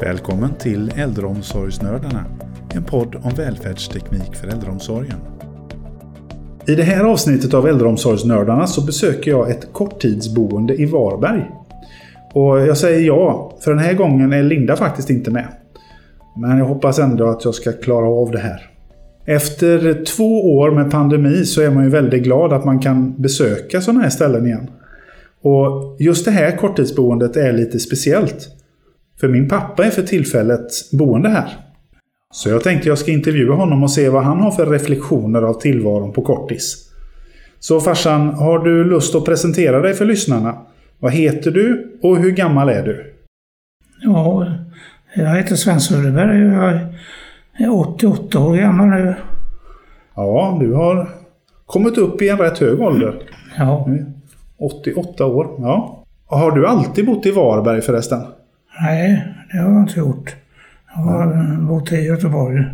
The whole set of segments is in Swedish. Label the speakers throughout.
Speaker 1: Välkommen till Äldreomsorgsnördarna, en podd om välfärdsteknik för äldreomsorgen. I det här avsnittet av Äldreomsorgsnördarna så besöker jag ett korttidsboende i Varberg. Och jag säger ja, för den här gången är Linda faktiskt inte med. Men jag hoppas ändå att jag ska klara av det här. Efter två år med pandemi så är man ju väldigt glad att man kan besöka sådana här ställen igen. Och just det här korttidsboendet är lite speciellt. För min pappa är för tillfället boende här. Så jag tänkte jag ska intervjua honom och se vad han har för reflektioner av tillvaron på kortis. Så farsan, har du lust att presentera dig för lyssnarna? Vad heter du och hur gammal är du?
Speaker 2: Ja, jag heter Sven Söderberg och jag är 88 år gammal nu.
Speaker 1: Ja, du har kommit upp i en rätt hög ålder.
Speaker 2: Ja,
Speaker 1: 88 år, ja. Och Har du alltid bott i Varberg förresten?
Speaker 2: nej, det har jag inte gjort. Jag har bott i Göteborg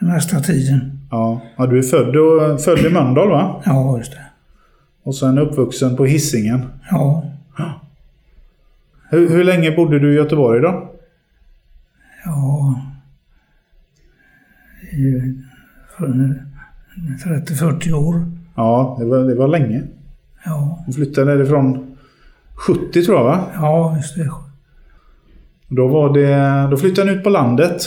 Speaker 2: den mesta tiden.
Speaker 1: Ja, ja du är född, och, född i Mölndal va?
Speaker 2: Ja, just det.
Speaker 1: Och sen uppvuxen på Hisingen.
Speaker 2: Ja,
Speaker 1: Hur, hur länge bodde du i Göteborg då?
Speaker 2: ja. I- för- 30-40 år.
Speaker 1: Ja, det var, det var länge.
Speaker 2: Ja,
Speaker 1: Du flyttade därifrån 70 tror jag va?
Speaker 2: ja just det.
Speaker 1: Då, var det, då flyttade ni ut på landet.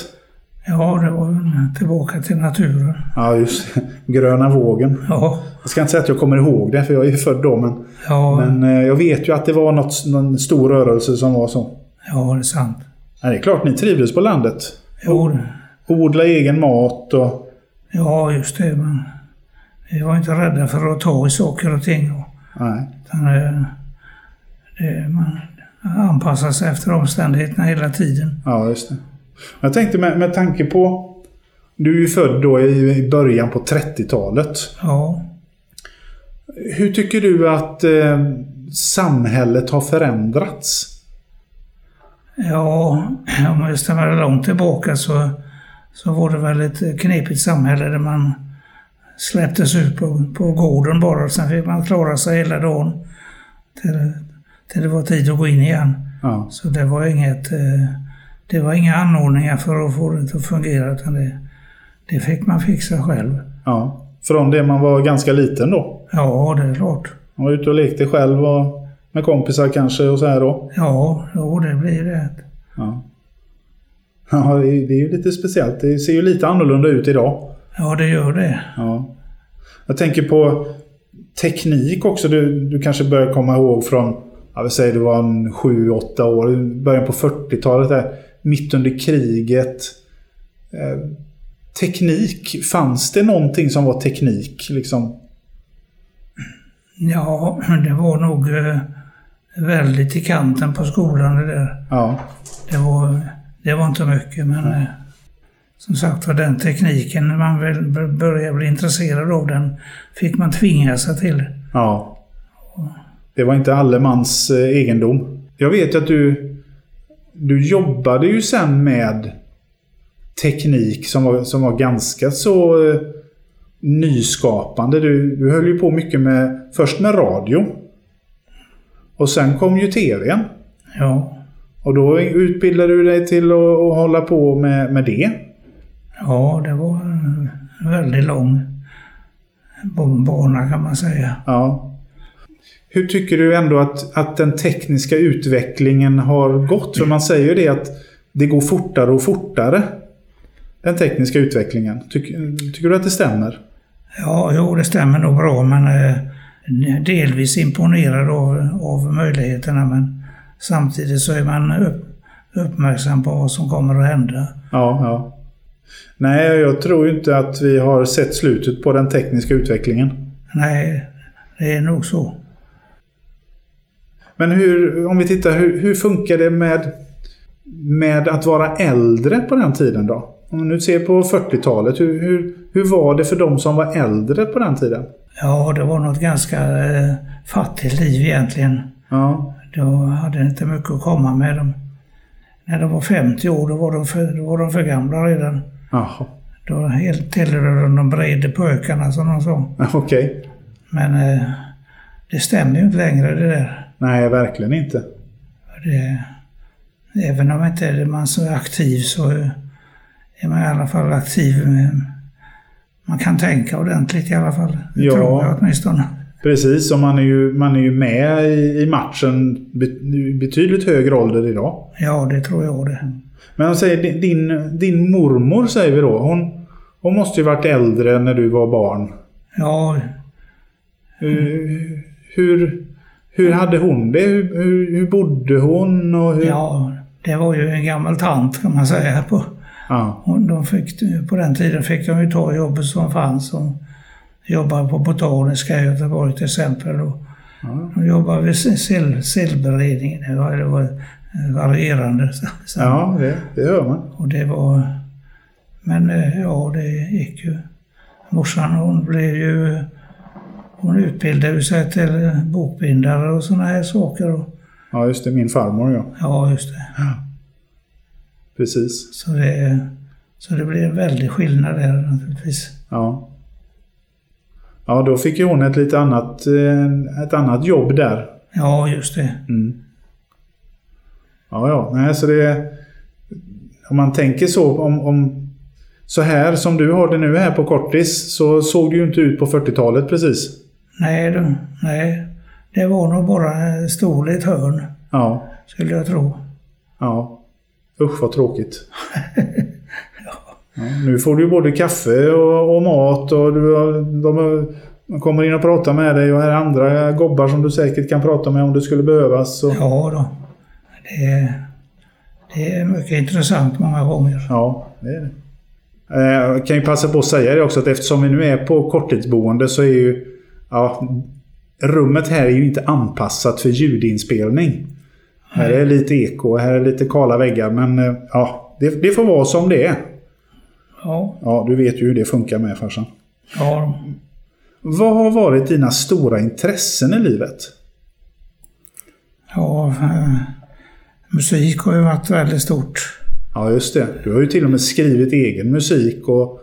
Speaker 2: Ja, det var tillbaka till naturen.
Speaker 1: Ja, just det. Gröna vågen.
Speaker 2: Ja,
Speaker 1: Jag ska inte säga att jag kommer ihåg det, för jag är ju född då. Men,
Speaker 2: ja,
Speaker 1: men eh, jag vet ju att det var något, någon stor rörelse som var så.
Speaker 2: ja det är sant.
Speaker 1: Ja, det är klart ni trivdes på landet.
Speaker 2: Jo, det-
Speaker 1: Odla egen mat och...
Speaker 2: Ja, just det. Men vi var inte rädda för att ta i saker och ting.
Speaker 1: Nej.
Speaker 2: Utan eh, det, man anpassar sig efter omständigheterna hela tiden.
Speaker 1: Ja, just det. Jag tänkte med, med tanke på... Du är ju född då i, i början på 30-talet.
Speaker 2: Ja,
Speaker 1: Hur tycker du att eh, samhället har förändrats?
Speaker 2: ja om jag stämmer långt tillbaka så, så var det väl ett knepigt samhälle där man släpptes ut på, på gården bara. Sen fick man klara sig hela dagen till, till det var tid att gå in igen.
Speaker 1: Ja,
Speaker 2: Så det var inget, eh, det var inga anordningar för att få det att fungera utan det, det fick man fixa själv.
Speaker 1: ja. Från det man var ganska liten då.
Speaker 2: Ja, det är klart.
Speaker 1: Man var ute och lekte själv och med kompisar kanske och så här då.
Speaker 2: Ja, jo, det blir det.
Speaker 1: Ja. Ja, det är det är ju lite speciellt. Det ser ju lite annorlunda ut idag.
Speaker 2: Ja, det gör det.
Speaker 1: Ja. Jag tänker på teknik också. Du, du kanske börjar komma ihåg från, jag vill säga det var en 7-8 år, början på 40-talet där. Mitt under kriget. Eh, teknik, fanns det någonting som var teknik? Liksom?
Speaker 2: Ja, det var nog eh, väldigt i kanten på skolan det där.
Speaker 1: Ja.
Speaker 2: Det var, det var inte mycket, men eh, som sagt var, den tekniken, när man väl b- började bli intresserad av den, fick man tvinga sig till.
Speaker 1: Ja. Det var inte allemans eh, egendom. Jag vet att du, du jobbade ju sen med teknik som var, som var ganska så eh, nyskapande. Du, du höll ju på mycket med, först med radio. Och sen kom ju TVn.
Speaker 2: Ja,
Speaker 1: Och då utbildade du dig till att, att hålla på med, med det.
Speaker 2: ja det var en väldigt lång b- bana kan man säga.
Speaker 1: Ja. Hur tycker du ändå att, att den tekniska utvecklingen har gått? För man säger ju det att det går fortare och fortare. Den tekniska utvecklingen. Tyck, tycker du att det stämmer?
Speaker 2: Ja, jo, det stämmer nog bra, men eh, delvis imponerad av, av möjligheterna. Men samtidigt så är man upp, uppmärksam på vad som kommer att hända.
Speaker 1: Ja, ja. Nej, jag tror ju inte att vi har sett slutet på den tekniska utvecklingen.
Speaker 2: Nej, det är nog så.
Speaker 1: Men hur, om vi tittar, hur, hur funkar det med, med att vara äldre på den tiden då? Om du ser på 40-talet, hur, hur, hur var det för de som var äldre på den tiden?
Speaker 2: Ja, det var något ganska eh, fattigt liv egentligen.
Speaker 1: Ja.
Speaker 2: Då hade inte mycket att komma med. De, när de var 50 år, då var de för, då var de för gamla redan.
Speaker 1: Jaha,
Speaker 2: Då helt tillhörde de de brede pojkarna, som de sa.
Speaker 1: okej.
Speaker 2: Men eh, det stämmer ju inte längre det där.
Speaker 1: Nej, verkligen inte.
Speaker 2: Det, Eh, Även om inte är man så aktiv så är man i alla fall aktiv. Man kan tänka ordentligt i alla fall. Det
Speaker 1: Ja.
Speaker 2: tror jag åtminstone.
Speaker 1: Precis, och man är ju, man är ju med i, i matchen be- i betydligt högre ålder idag.
Speaker 2: Ja, det tror jag det.
Speaker 1: Men jag säger, di- din, din mormor säger vi då, hon, hon måste ju varit äldre när du var barn.
Speaker 2: Ja,
Speaker 1: Hur, hur, hur hade hon det? Hur, hur, hur bodde hon? Och hur...
Speaker 2: ja, det var ju en gammal tant kan man säga. På,
Speaker 1: Ja.
Speaker 2: och de fick, på den tiden fick de ju ta jobbet som fanns. De jobbade på Botaniska i Göteborg till exempel. Och
Speaker 1: Ja.
Speaker 2: de jobbade vid sill- sill, sillberedningen. Det var, det var eh, varierande. Så, så.
Speaker 1: Ja, det, det hör man.
Speaker 2: Och det var... Men eh, ja, det gick ju. Morsan hon blev ju... Hon utbildade sig till bokbindare och sådana här saker. Och,
Speaker 1: Ja, just det. Min farmor, ja.
Speaker 2: ja, just det.
Speaker 1: Precis.
Speaker 2: Så det, så det blev en väldig skillnad där naturligtvis.
Speaker 1: Ja. Ja, då fick ju hon ett lite annat, eh, ett annat jobb där.
Speaker 2: Ja, just det.
Speaker 1: Mm. Ja, ja. Nej, så det... Om man tänker så, om, om... Så här som du har det nu här på kortis, så såg det ju inte ut på 40-talet precis.
Speaker 2: Nej, du, nej. Det var nog bara en stol i ett hörn,
Speaker 1: Ja.
Speaker 2: skulle jag tro.
Speaker 1: Ja. Usch vad tråkigt. ja. Nu får du ju både kaffe och, och mat och du, har- de, har- de kommer in och pratar med dig och här är andra gobbar som du säkert kan prata med om det skulle behövas. Så, ja.
Speaker 2: Ja, då. Det, det är mycket intressant många gånger.
Speaker 1: det är det. Eh, Jag kan ju passa på att säga det också att eftersom vi nu är på korttidsboende så är ju ja, rummet här är ju inte anpassat för ljudinspelning. Här är lite eko, här är lite kala väggar men eh, ja, det, det får vara som det är.
Speaker 2: Ja,
Speaker 1: Ja, du vet ju hur det funkar med farsan.
Speaker 2: ja. då.
Speaker 1: Vad har varit dina stora intressen i livet?
Speaker 2: Ja, eh, musik har ju varit väldigt stort.
Speaker 1: Ja, just det. Du har ju till och med skrivit egen musik och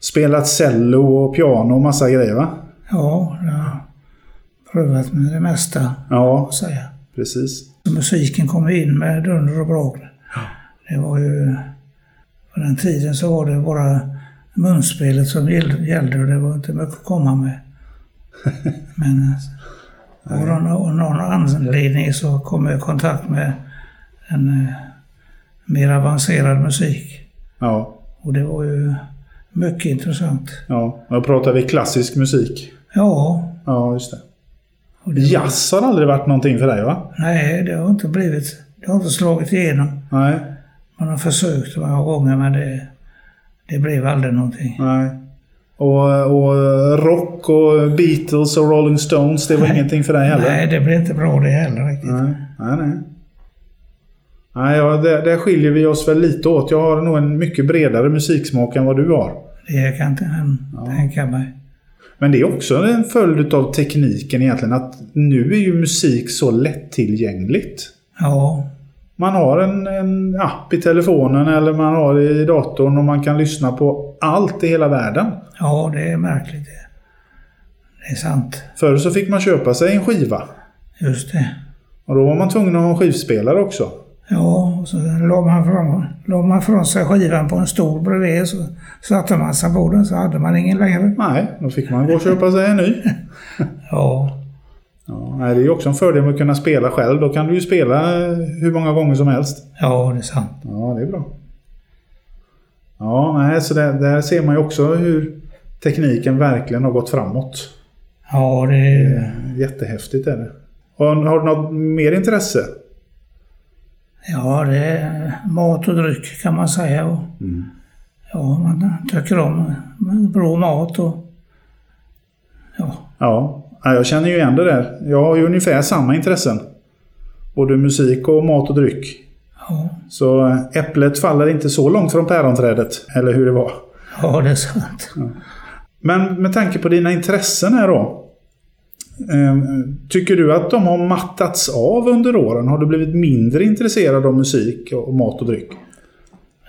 Speaker 1: spelat cello och piano och massa grejer va?
Speaker 2: Ja, jag har provat med det mesta, kan
Speaker 1: Ja,
Speaker 2: jag säga.
Speaker 1: precis.
Speaker 2: Musiken kom ju in med dunder och brak. Det var ju... På den tiden så var det bara munspelet som gäll- gällde och det var inte mycket att komma med. Men eh, av någon, av någon anledning så kom jag i kontakt med en eh, mer avancerad musik.
Speaker 1: Ja,
Speaker 2: Och det var ju mycket intressant.
Speaker 1: ja. Då pratar vi klassisk musik.
Speaker 2: Ja,
Speaker 1: Ja, just det.
Speaker 2: och det,
Speaker 1: Jazz har aldrig varit någonting för dig va?
Speaker 2: nej, det har inte blivit. Det har inte slagit igenom.
Speaker 1: Nej,
Speaker 2: Man har försökt många gånger men det, det blev aldrig någonting.
Speaker 1: nej. Och, och rock och Beatles och Rolling Stones, det var ingenting för dig heller?
Speaker 2: Nej, det blev inte bra det heller riktigt.
Speaker 1: Nej, nej. nej. nej ja, där, där skiljer vi oss väl lite åt. Jag har nog en mycket bredare musiksmak än vad du har.
Speaker 2: Det kan jag inte än tänka mig.
Speaker 1: Men det är också en följd av tekniken egentligen. Att nu är ju musik så lättillgängligt.
Speaker 2: Ja,
Speaker 1: Man har en, en app i telefonen eller man har det i datorn och man kan lyssna på allt i hela världen.
Speaker 2: ja, det är märkligt det. Det är sant.
Speaker 1: Förr så fick man köpa sig en skiva.
Speaker 2: Just det.
Speaker 1: Och då var man tvungen att ha en skivspelare också.
Speaker 2: Ja, och så la man, fram, la man från sig skivan på en stol bredvid så satte man sig på den så hade man ingen längre.
Speaker 1: Nej, då fick man gå och köpa sig en ny.
Speaker 2: Ja,
Speaker 1: Ja, nej, det är ju också en fördel med att kunna spela själv. Då kan du ju spela eh, hur många gånger som helst.
Speaker 2: ja det är sant.
Speaker 1: Ja, det är bra. Ja, nej, så där, där ser man ju också hur tekniken verkligen har gått framåt.
Speaker 2: Ja, det är...
Speaker 1: Eh, Jättehäftigt är det. Har, har du något mer intresse?
Speaker 2: Ja, det är mat och dryck kan man säga. Och, Ja, man tycker om bra mat och... Ja,
Speaker 1: Ja, nej, jag känner ju igen det där. Jag har ju ungefär samma intressen. Både musik och mat och dryck.
Speaker 2: ja,
Speaker 1: Så eh, äpplet faller inte så långt från päronträdet, eller hur det var.
Speaker 2: ja det är sant.
Speaker 1: Men med tanke på dina intressen här då. eh, Tycker du att de har mattats av under åren? Har du blivit mindre intresserad av musik och mat och dryck?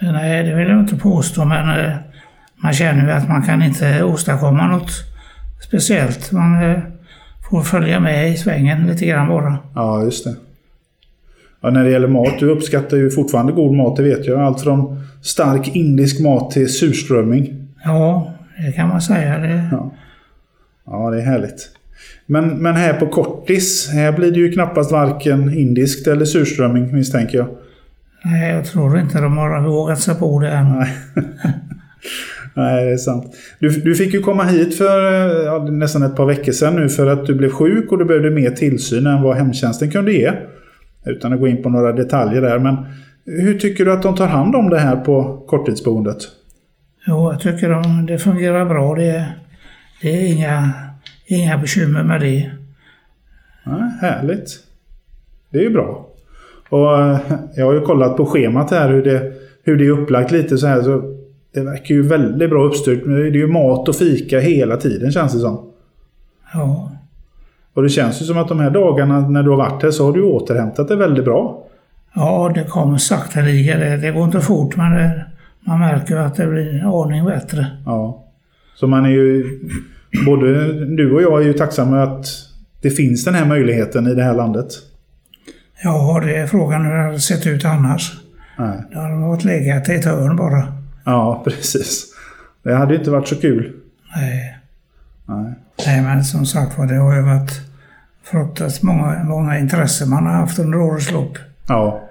Speaker 2: Nej, det vill jag inte påstå, men eh, man känner ju att man kan inte åstadkomma något speciellt. Man eh, får följa med i svängen lite grann bara.
Speaker 1: Ja, just det. Ja, när det gäller mat, du uppskattar ju fortfarande god mat, det vet jag. Allt från stark indisk mat till surströmming.
Speaker 2: Ja, det kan man säga. Det,
Speaker 1: Ja, ja det är härligt. Men, men här på Kortis, här blir det ju knappast varken indiskt eller surströmming misstänker jag.
Speaker 2: Nej, jag tror inte de har vågat sig på det än.
Speaker 1: Nej. Nej, det är sant. Du, du fick ju komma hit för eh, ja, det är nästan ett par veckor sedan nu för att du blev sjuk och du behövde mer tillsyn än vad hemtjänsten kunde ge. Utan att gå in på några detaljer där. Men hur tycker du att de tar hand om det här på korttidsboendet?
Speaker 2: Jo, jag tycker de, det fungerar bra. Det, det är inga, inga bekymmer med det.
Speaker 1: Ja, härligt. Det är ju bra. Och eh, jag har ju kollat på schemat här hur det, hur det är upplagt lite så här. Så det verkar ju väldigt bra uppstyrt. Men Det är ju mat och fika hela tiden känns det som.
Speaker 2: Ja,
Speaker 1: Och det känns ju som att de här dagarna när du har varit här så har du återhämtat dig väldigt bra.
Speaker 2: ja det kommer sakteliga. Det, det går inte fort, men det, man märker ju att det blir en aning bättre.
Speaker 1: Ja. Så man är ju... Både du och jag är ju tacksamma att det finns den här möjligheten i det här landet.
Speaker 2: Ja, det är frågan hur det hade sett ut annars.
Speaker 1: Nej.
Speaker 2: Då hade man varit legat i ett hörn bara.
Speaker 1: Ja, precis. Det hade ju inte varit så kul.
Speaker 2: Nej.
Speaker 1: Nej.
Speaker 2: Nej, men som sagt var, det har ju varit fruktansvärt många, många intressen man har haft under årens lopp.
Speaker 1: Ja.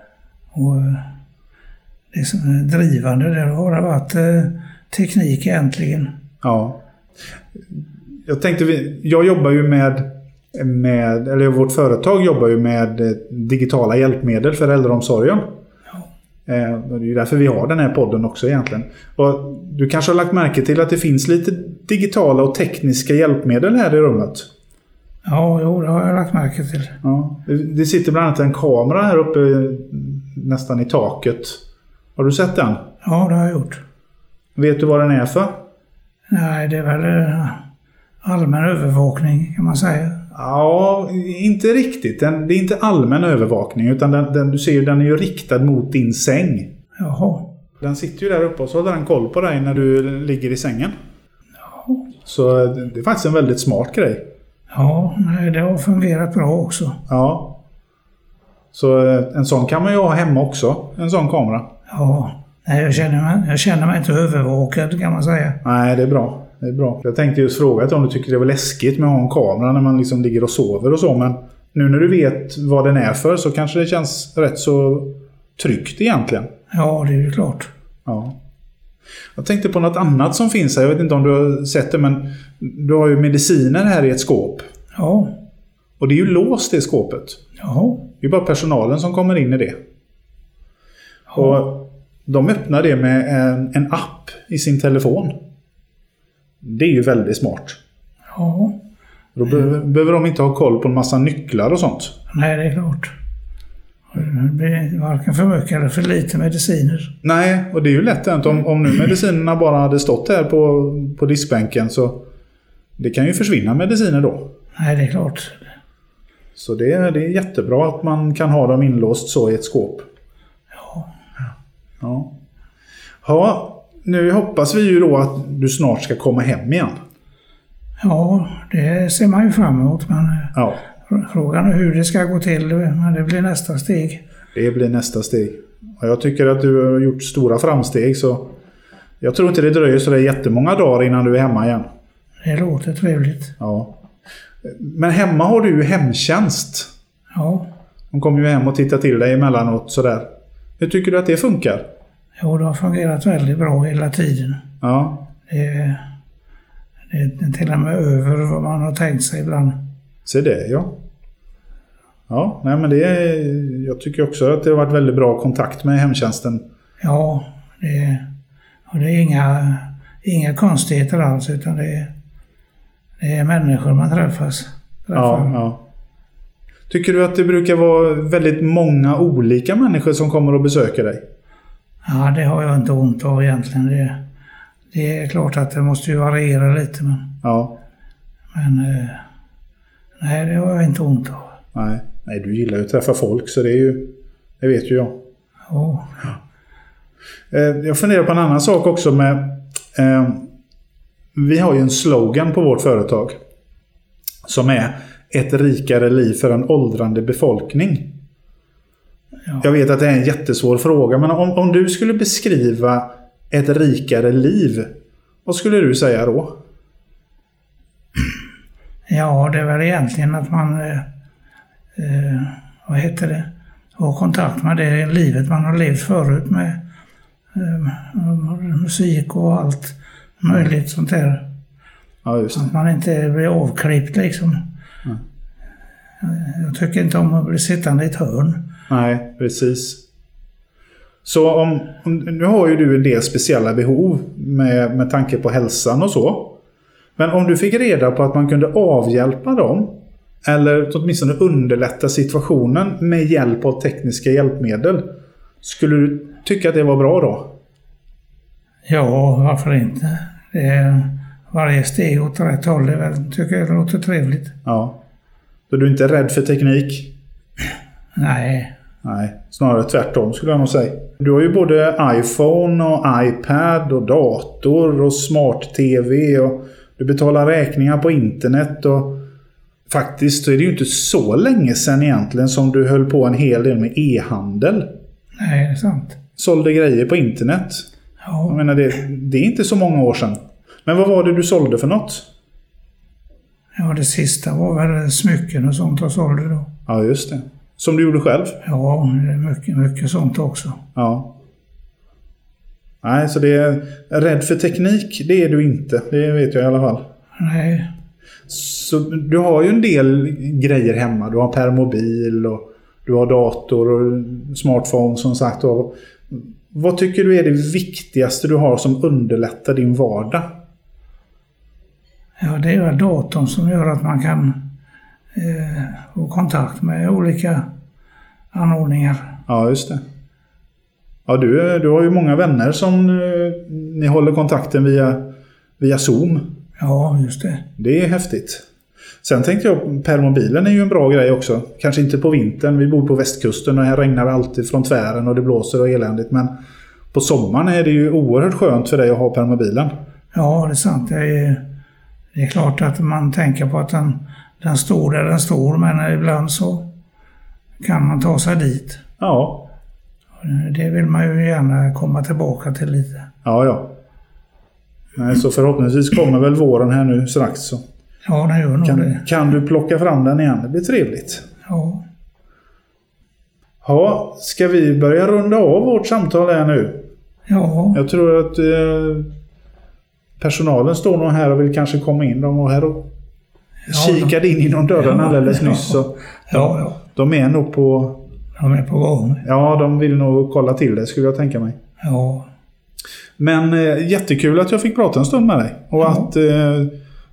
Speaker 2: Och eh, det som är drivande där har det varit eh, teknik äntligen.
Speaker 1: Ja. Jag tänkte, vi- jag jobbar ju med, med, eller vårt företag jobbar ju med eh, digitala hjälpmedel för äldreomsorgen. Eh, och Det är ju därför vi har den här podden också egentligen. Och du kanske har lagt märke till att det finns lite digitala och tekniska hjälpmedel här i rummet.
Speaker 2: Ja, jo, det har jag lagt märke till.
Speaker 1: Ja. Det- Det sitter bland annat en kamera här uppe eh, nästan i taket. Har du sett den?
Speaker 2: Ja, det har jag gjort.
Speaker 1: Vet du vad den är för?
Speaker 2: Nej, det är väl eh, allmän övervakning kan man säga.
Speaker 1: Ja, inte riktigt. Den, det är inte allmän övervakning utan den, den, du ser ju, den är ju riktad mot din säng.
Speaker 2: Jaha.
Speaker 1: Den sitter ju där uppe och så håller den koll på dig när du ligger i sängen. Så eh, det det är faktiskt en väldigt smart grej.
Speaker 2: Ja, nej, det har fungerat bra också.
Speaker 1: Ja. Så eh, en sån kan man ju ha hemma också. En sån kamera.
Speaker 2: Ja, nej, jag, känner mig, jag känner mig inte övervakad kan man säga.
Speaker 1: Nej, det är bra. Det är bra. Jag tänkte just fråga om du tycker det var läskigt med att ha en kamera när man liksom ligger och sover och så. Men nu när du vet vad den är för så kanske det känns rätt så tryggt egentligen.
Speaker 2: Ja, det är ju klart.
Speaker 1: Ja. Jag tänkte på något annat som finns här. Jag vet inte om du har sett det, men du har ju mediciner här i ett skåp.
Speaker 2: Ja,
Speaker 1: Och det är ju låst det skåpet.
Speaker 2: jaha.
Speaker 1: Det är bara personalen som kommer in i det. Och de öppnar det med en, en app i sin telefon. Det är ju väldigt smart.
Speaker 2: Ja,
Speaker 1: Då behöver, behöver de inte ha koll på en massa nycklar och sånt.
Speaker 2: nej, det är klart. Det blir varken för mycket eller för lite mediciner.
Speaker 1: Nej, och det är ju lätt hänt. Om, om nu medicinerna bara hade stått här på, på diskbänken så... Det kan ju försvinna mediciner då.
Speaker 2: Nej, det är klart.
Speaker 1: Så det, är- det är jättebra att man kan ha dem inlåst så i ett skåp. Ja. Ja, nu hoppas vi ju då att du snart ska komma hem igen.
Speaker 2: Ja, det ser man ju fram emot. Men eh,
Speaker 1: Ja,
Speaker 2: fr- frågan är hur det ska gå till. eh, Men det blir nästa steg.
Speaker 1: det blir nästa steg. Och jag tycker att du har gjort stora framsteg så jag tror inte det dröjer så där jättemånga dagar innan du är hemma igen.
Speaker 2: Det låter trevligt.
Speaker 1: Ja. Men hemma har du ju hemtjänst.
Speaker 2: Ja,
Speaker 1: De kommer ju hem och tittar till dig emellanåt sådär. Hur tycker du att det funkar?
Speaker 2: jo, det har fungerat väldigt bra hela tiden.
Speaker 1: Ja.
Speaker 2: Det, är- det är till och med över vad man har tänkt sig ibland.
Speaker 1: Se det ja. Ja, nej men det är- Jag tycker också att det har varit väldigt bra kontakt med hemtjänsten.
Speaker 2: Ja, det, och det är inga, inga konstigheter alls utan det är, det är människor man träffas.
Speaker 1: Ja,
Speaker 2: träffar.
Speaker 1: ja. Tycker du att det brukar vara väldigt många olika människor som kommer och besöker dig?
Speaker 2: ja, det har jag inte ont av egentligen. Det, det är klart att det måste ju variera lite men,
Speaker 1: Ja.
Speaker 2: men eh, nej, det har jag inte ont av.
Speaker 1: Nej. Nej, du gillar ju att träffa folk så det är ju... Det vet ju jag.
Speaker 2: Jo,
Speaker 1: Eh, Jag funderar på en annan sak också med... Eh, vi har ju en slogan på vårt företag. Som är ett rikare liv för en åldrande befolkning.
Speaker 2: Ja.
Speaker 1: Jag vet att det är en jättesvår fråga, men om, om du skulle beskriva ett rikare liv, vad skulle du säga då?
Speaker 2: Ja, det är väl egentligen att man, eh, eh, vad heter det, har kontakt med det livet man har levt förut med eh, musik och allt möjligt sånt där.
Speaker 1: Ja, just det.
Speaker 2: Att man inte blir avklippt liksom.
Speaker 1: Mm.
Speaker 2: Eh, Jag tycker inte om att bli sittande i ett hörn.
Speaker 1: Nej, precis. Så om, om, nu har ju du en del speciella behov med, med tanke på hälsan och så. Men om du fick reda på att man kunde avhjälpa dem, eller åtminstone underlätta situationen med hjälp av tekniska hjälpmedel, skulle du tycka att det var bra då?
Speaker 2: Ja, varför inte? Det är, varje steg åt rätt håll, det är väl, tycker jag låter trevligt.
Speaker 1: Ja. Då du inte är rädd för teknik?
Speaker 2: Nej,
Speaker 1: Nej, snarare tvärtom skulle jag nog säga. Du har ju både iPhone och iPad och dator och smart-TV och du betalar räkningar på internet och faktiskt så är det ju inte så länge sedan egentligen som du höll på en hel del med e-handel.
Speaker 2: nej, det är sant.
Speaker 1: Sålde grejer på internet. Jag
Speaker 2: Ja,
Speaker 1: menar det, det är inte så många år sedan. Men vad var det du sålde för något?
Speaker 2: ja, det sista var väl smycken och sånt jag sålde då.
Speaker 1: Ja, just det. Som du gjorde själv?
Speaker 2: Ja, det är mycket, mycket sånt också.
Speaker 1: Ja. Nej, så det är rädd för teknik, det är du inte. Det vet jag i alla fall.
Speaker 2: Nej,
Speaker 1: Så du har ju en del grejer hemma. Du har permobil och du har dator och smartphone som sagt. Och vad tycker du är det viktigaste du har som underlättar din vardag?
Speaker 2: ja, det är väl datorn som gör att man kan eh, få kontakt med olika anordningar.
Speaker 1: Ja, just det. Ja, du, du har ju många vänner som eh, ni håller kontakten via, via Zoom.
Speaker 2: Ja, just det.
Speaker 1: Det är häftigt. Sen tänkte jag, permobilen är ju en bra grej också. Kanske inte på vintern, vi bor på västkusten och här regnar det alltid från tvären och det blåser och eländigt. Men på sommaren är det ju oerhört skönt för dig att ha permobilen.
Speaker 2: Ja, det är sant. Det är, det är klart att man tänker på att den, den står där den står, men ibland så kan man ta sig dit.
Speaker 1: Ja,
Speaker 2: Det vill man ju gärna komma tillbaka till lite.
Speaker 1: ja, ja. Nej, så förhoppningsvis kommer väl våren här nu strax. Så
Speaker 2: Ja, den gör nog
Speaker 1: kan,
Speaker 2: det.
Speaker 1: kan du plocka fram den igen? Det blir trevligt.
Speaker 2: Ja.
Speaker 1: Ja, ska vi börja runda av vårt samtal här nu?
Speaker 2: ja,
Speaker 1: Jag tror att eh, personalen står nog här och vill kanske komma in. De var här och
Speaker 2: Ja,
Speaker 1: kikade in genom dörren
Speaker 2: Ja,
Speaker 1: alldeles
Speaker 2: ja.
Speaker 1: nyss. Så
Speaker 2: ja, ja.
Speaker 1: de är nog på...
Speaker 2: De är på gång.
Speaker 1: Ja, de vill nog kolla till det skulle jag tänka mig.
Speaker 2: Ja,
Speaker 1: Men eh, jättekul att jag fick prata en stund med dig. Och
Speaker 2: Ja.
Speaker 1: att eh,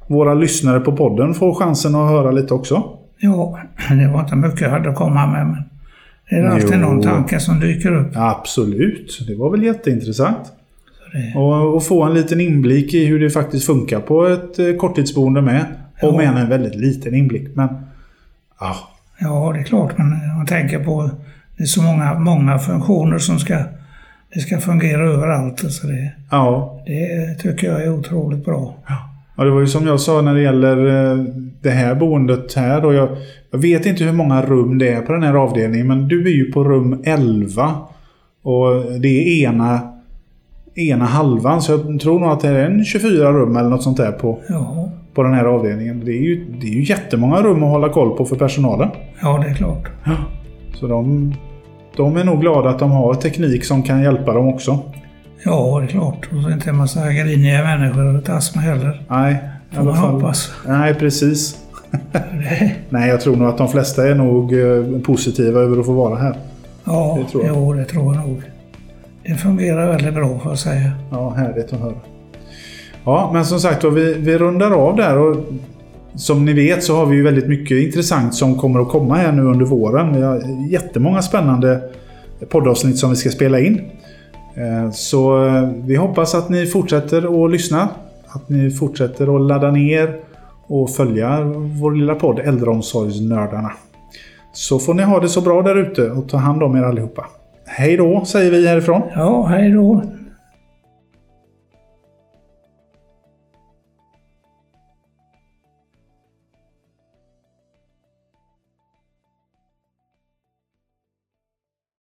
Speaker 1: våra lyssnare på podden får chansen att höra lite också.
Speaker 2: Ja, det var inte mycket jag hade att komma med. Men det är alltid
Speaker 1: Jo.
Speaker 2: någon tanke som dyker upp.
Speaker 1: Absolut, det var väl jätteintressant.
Speaker 2: det-
Speaker 1: Och, och få en liten inblick i hur det faktiskt funkar på ett eh, korttidsboende med. Om
Speaker 2: Ja.
Speaker 1: än en väldigt liten inblick. Men ja,
Speaker 2: Ja, det är klart, men man tänker på det är så många, många funktioner som ska, det ska fungera överallt. Så det,
Speaker 1: ja,
Speaker 2: det tycker jag är otroligt bra.
Speaker 1: Ja, det var ju som jag sa när det gäller eh, det här boendet här då. Jag, jag vet inte hur många rum det är på den här avdelningen, men du är ju på rum 11. Och det är ena, ena halvan, så jag tror nog att det är en 24 rum eller något sånt där på,
Speaker 2: Ja,
Speaker 1: på den här avdelningen. Det är, ju, det är ju jättemånga rum att hålla koll på för personalen.
Speaker 2: ja det är klart.
Speaker 1: Så de, de är nog glada att de har teknik som kan hjälpa dem också.
Speaker 2: Ja, det är klart. Och så inte en massa griniga människor och tas med heller.
Speaker 1: Nej, i
Speaker 2: Får
Speaker 1: alla
Speaker 2: man
Speaker 1: fall.
Speaker 2: hoppas.
Speaker 1: Nej, precis.
Speaker 2: Det-
Speaker 1: Nej, jag tror nog att de flesta är nog eh, positiva över att få vara här.
Speaker 2: Ja,
Speaker 1: Det tror jag.
Speaker 2: Jo, det tror jag nog. Det fungerar väldigt bra får jag säga.
Speaker 1: Ja, härligt att höra. Ja, men som sagt var, vi, vi rundar av där. Och som ni vet så har vi ju väldigt mycket intressant som kommer att komma här nu under våren. Vi har jättemånga spännande poddavsnitt som vi ska spela in. Eh, Så eh, vi hoppas att ni fortsätter att lyssna. Att ni fortsätter att ladda ner och följa vår lilla podd Äldreomsorgsnördarna. Så får ni ha det så bra där ute och ta hand om er allihopa. Hej då säger vi härifrån.
Speaker 2: Ja, hej då.